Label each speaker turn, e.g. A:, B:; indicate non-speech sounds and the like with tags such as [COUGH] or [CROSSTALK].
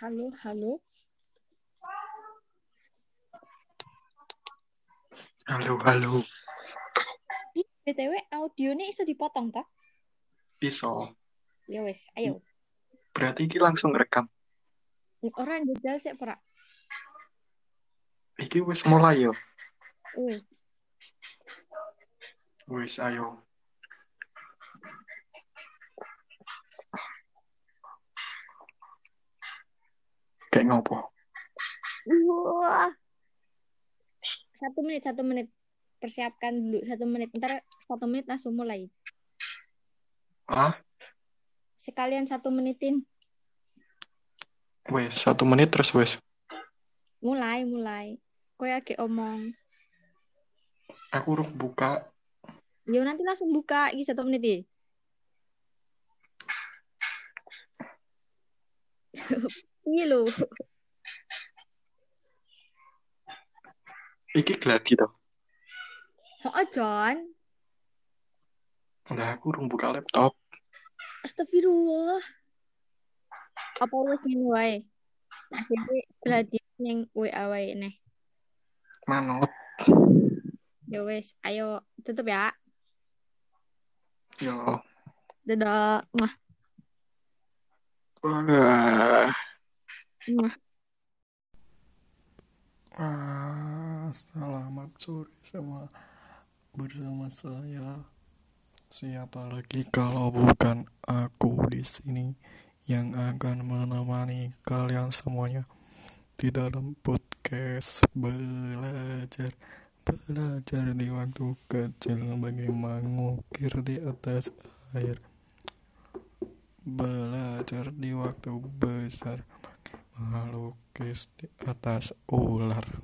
A: hallo, hallo.
B: Halo, halo.
A: Ih, BTW audionya iso dipotong toh?
B: Iso.
A: Ya wis, ayo.
B: Berarti iki langsung rekam.
A: Orang jajal sik ora.
B: Iki wis mulai yo.
A: Wih,
B: Wis ayo. Kayak ngopo?
A: Wah. Satu menit, satu menit. Persiapkan dulu satu menit. Ntar satu menit langsung mulai.
B: Ah,
A: Sekalian satu menitin.
B: wis satu menit terus wis.
A: Mulai, mulai. Kowe lagi omong.
B: Aku urung buka.
A: Ya nanti langsung buka iki satu menit iki. [LAUGHS] Iya lho.
B: Iki gladi to.
A: Oh, John.
B: Lah aku urung buka laptop.
A: Astagfirullah. Apa wis ngene wae? Akhirnya berarti ning WA wae E neh.
B: Manut.
A: Ya wis, ayo tutup ya.
B: Yo.
A: Dadah. Mwah,
B: Wah.
A: mwah.
B: Ah, selamat sore semua bersama saya siapa lagi kalau bukan aku di sini yang akan menemani kalian semuanya di dalam podcast belajar belajar di waktu kecil bagaimana mengukir di atas air belajar di waktu besar melukis di atas ular